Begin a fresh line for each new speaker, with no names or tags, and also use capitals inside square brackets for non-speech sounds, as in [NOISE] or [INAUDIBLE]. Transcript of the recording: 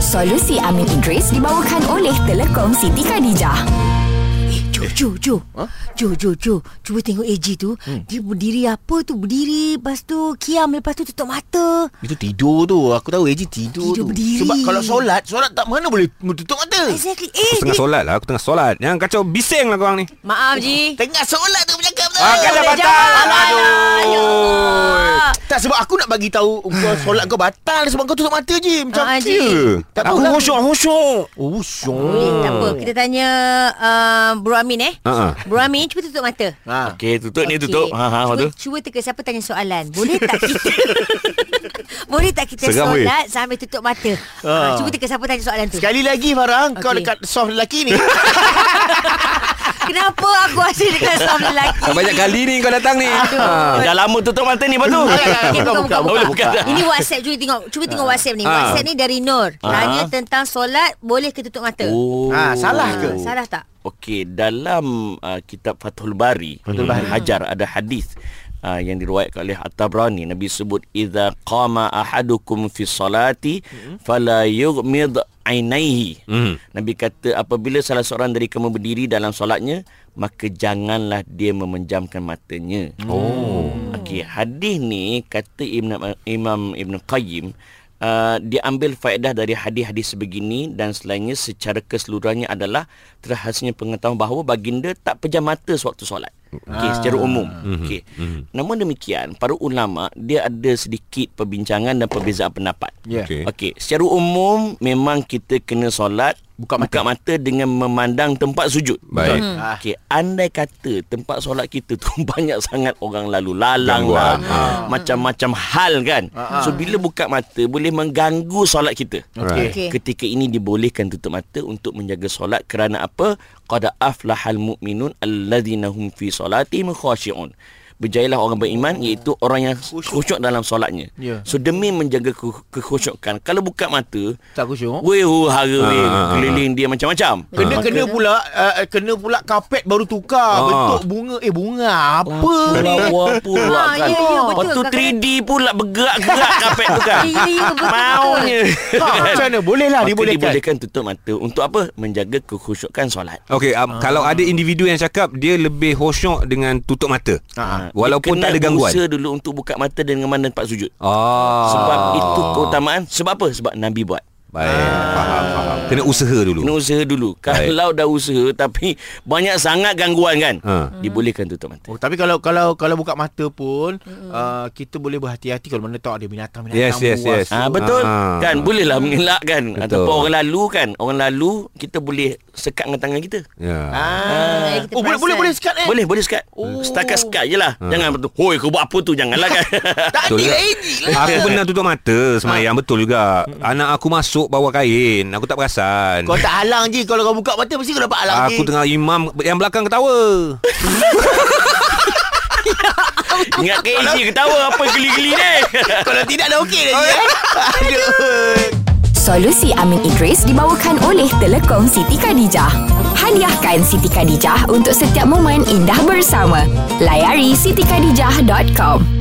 Solusi Amin Idris dibawakan oleh Telekom Siti Khadijah.
Eh, Ju, Ju, Ju.
Ha?
Ju, Ju, Ju. Cuba tengok AG tu. Hmm. Dia berdiri apa tu? Berdiri, lepas tu kiam, lepas tu tutup mata.
Itu tidur tu. Aku tahu Eji tidur,
Tidur
tu.
berdiri.
Sebab kalau solat, solat tak mana boleh tutup mata.
Exactly. Eh,
Aku tengah
ni-
solat lah Aku tengah solat Jangan kacau Bising lah korang ni
Maaf, Ji.
Tengah solat tu bercakap tu.
Makan dah
boleh
batal
jawab. Alah,
Aduh
tak sebab aku nak bagi tahu kau solat kau batal sebab kau tutup mata je macam
Ah, Haji.
Tak
Aku
tahulah.
khusyuk khusyuk
Oh,
Boleh,
Hmm.
tak apa.
syok.
Kita tanya uh, Bro Amin, eh.
Ha-ha.
Bro Amin, cuba tutup mata.
Ha.
Okay tutup Ha, ni
Okey.
tutup Ha ha apa
cuba,
tu
cuba teka siapa tanya soalan. Boleh tak kita [LAUGHS] Boleh tak kita
Seram, weh.
solat sambil tutup mata? Ha, cuba teka siapa tanya soalan tu.
Sekali lagi Farah,
Okey.
kau dekat soft lelaki ni.
Kenapa aku asyik dekat suami lelaki?
Dah banyak kali ni kau datang ni
Ah,
ha. Dah lama tutup mata ni Lepas tu
Okay, buka, buka, buka.
Boleh buka
Ini WhatsApp cuba tengok. Cuba tengok WhatsApp ni.
Ah.
WhatsApp ni dari Nur.
Ah.
Tanya tentang solat boleh ke tutup mata?
Oh.
Ah, salah ke?
Ah, Salah tak?
Okey, dalam uh, kitab Fathul Bari, Fathul Bari. Hajar ada hadis uh, yang diriwayatkan oleh At-Tabrani. Nabi sebut idza qama ahadukum fi salati
Hmm.
fala yughmid ainaihi.
Hmm.
Nabi kata apabila salah seorang dari kamu berdiri dalam solatnya, maka janganlah dia memejamkan matanya. Oh. Okey, hadis ni kata Ibn, Imam Ibn Qayyim Uh, dia ambil faedah dari hadis-hadis sebegini dan selainnya secara keseluruhannya adalah terhasilnya pengetahuan bahawa baginda tak pejam mata sewaktu solat. Okey, secara umum. Okey. Namun demikian, para ulama dia ada sedikit perbincangan dan perbezaan pendapat.
Ya.
Okey.
Okey, secara umum memang kita kena solat
Buka mata.
buka mata dengan memandang tempat sujud.
Baik.
Betul. Okey, andai kata tempat solat kita tu [LAUGHS] banyak sangat orang lalu lalang
Gangguan.
lah.
Ah.
Macam-macam hal kan. So bila buka mata boleh mengganggu solat kita.
Alright.
Okey.
Ketika ini dibolehkan tutup mata untuk menjaga solat kerana apa? Qad aflahal mu'minun alladzina hum fi solatihim khashi'un. Berjayalah orang
Oh.
beriman iaitu orang yang khusyuk dalam solatnya.
Ya.
So demi menjaga ke- kekhusyukan kalau buka mata
Tak khusyuk.
Weh oh, hara weh
Ah, ah, ah.
keliling dia macam-macam.
Kena kena pula uh, kena pula karpet baru tukar
Ah.
bentuk bunga eh bunga apa ni?
Lawa pula
Ah, ya,
kan.
ya, betul.
Lepas tu
Kadang-kadang-
3D pula bergerak-gerak [LAUGHS] kapek tu
Ya,
kan.
ya, ya, betul,
Maunya.
Ha, macam mana? Boleh lah
Maka
dibolehkan.
dibolehkan tutup mata Untuk apa? Menjaga kekhusyukan solat
Okey, um, kalau ada individu yang cakap dia lebih khusyuk dengan tutup mata.
Ah,
Dia
Walaupun
kena
tak ada gangguan.
usaha dulu untuk buka mata dengan mana tempat sujud
Ah.
Sebab itu keutamaan Sebab apa? Sebab Nabi buat
Baik, faham, faham. Kena usaha dulu.
Kena usaha dulu Kalau dah usaha Tapi banyak sangat gangguan kan
Ha.
Dibolehkan tutup mata
Oh, tapi kalau kalau kalau buka mata pun mm. uh, kita boleh berhati-hati kalau mana tahu ada binatang-binatang
Yes, yes, yes.
buas.
Ah betul
Ah.
kan bolehlah mengelak kan
Betul.
ataupun orang lalu kan orang lalu kita boleh sekat dengan tangan kita.
Ya.
Ah,
Ah.
kita
Oh, boleh boleh
perasan.
boleh sekat eh.
Boleh boleh sekat.
Oh.
Setakat sekat je lah. Jangan betul. Hoi kau buat apa tu janganlah
[LAUGHS]
kan.
Tak ada
Betul juga.
lagi lah.
Aku pernah tutup mata
Ah.
semayang betul juga. Anak aku masuk bawa kain. Aku tak perasan.
Kau tak halang je kalau kau buka mata mesti kau dapat halang
Aku
je.
tengah imam yang belakang ketawa.
Ingat ke Eji ketawa apa geli-geli
[LAUGHS]
ni.
kalau tidak dah okey
[LAUGHS]
dah je. eh. Aduh.
Solusi Amin Idris dibawakan oleh Telekom Siti Khadijah. Hadiahkan Siti Khadijah untuk setiap momen indah bersama. Layari sitikadijah.com.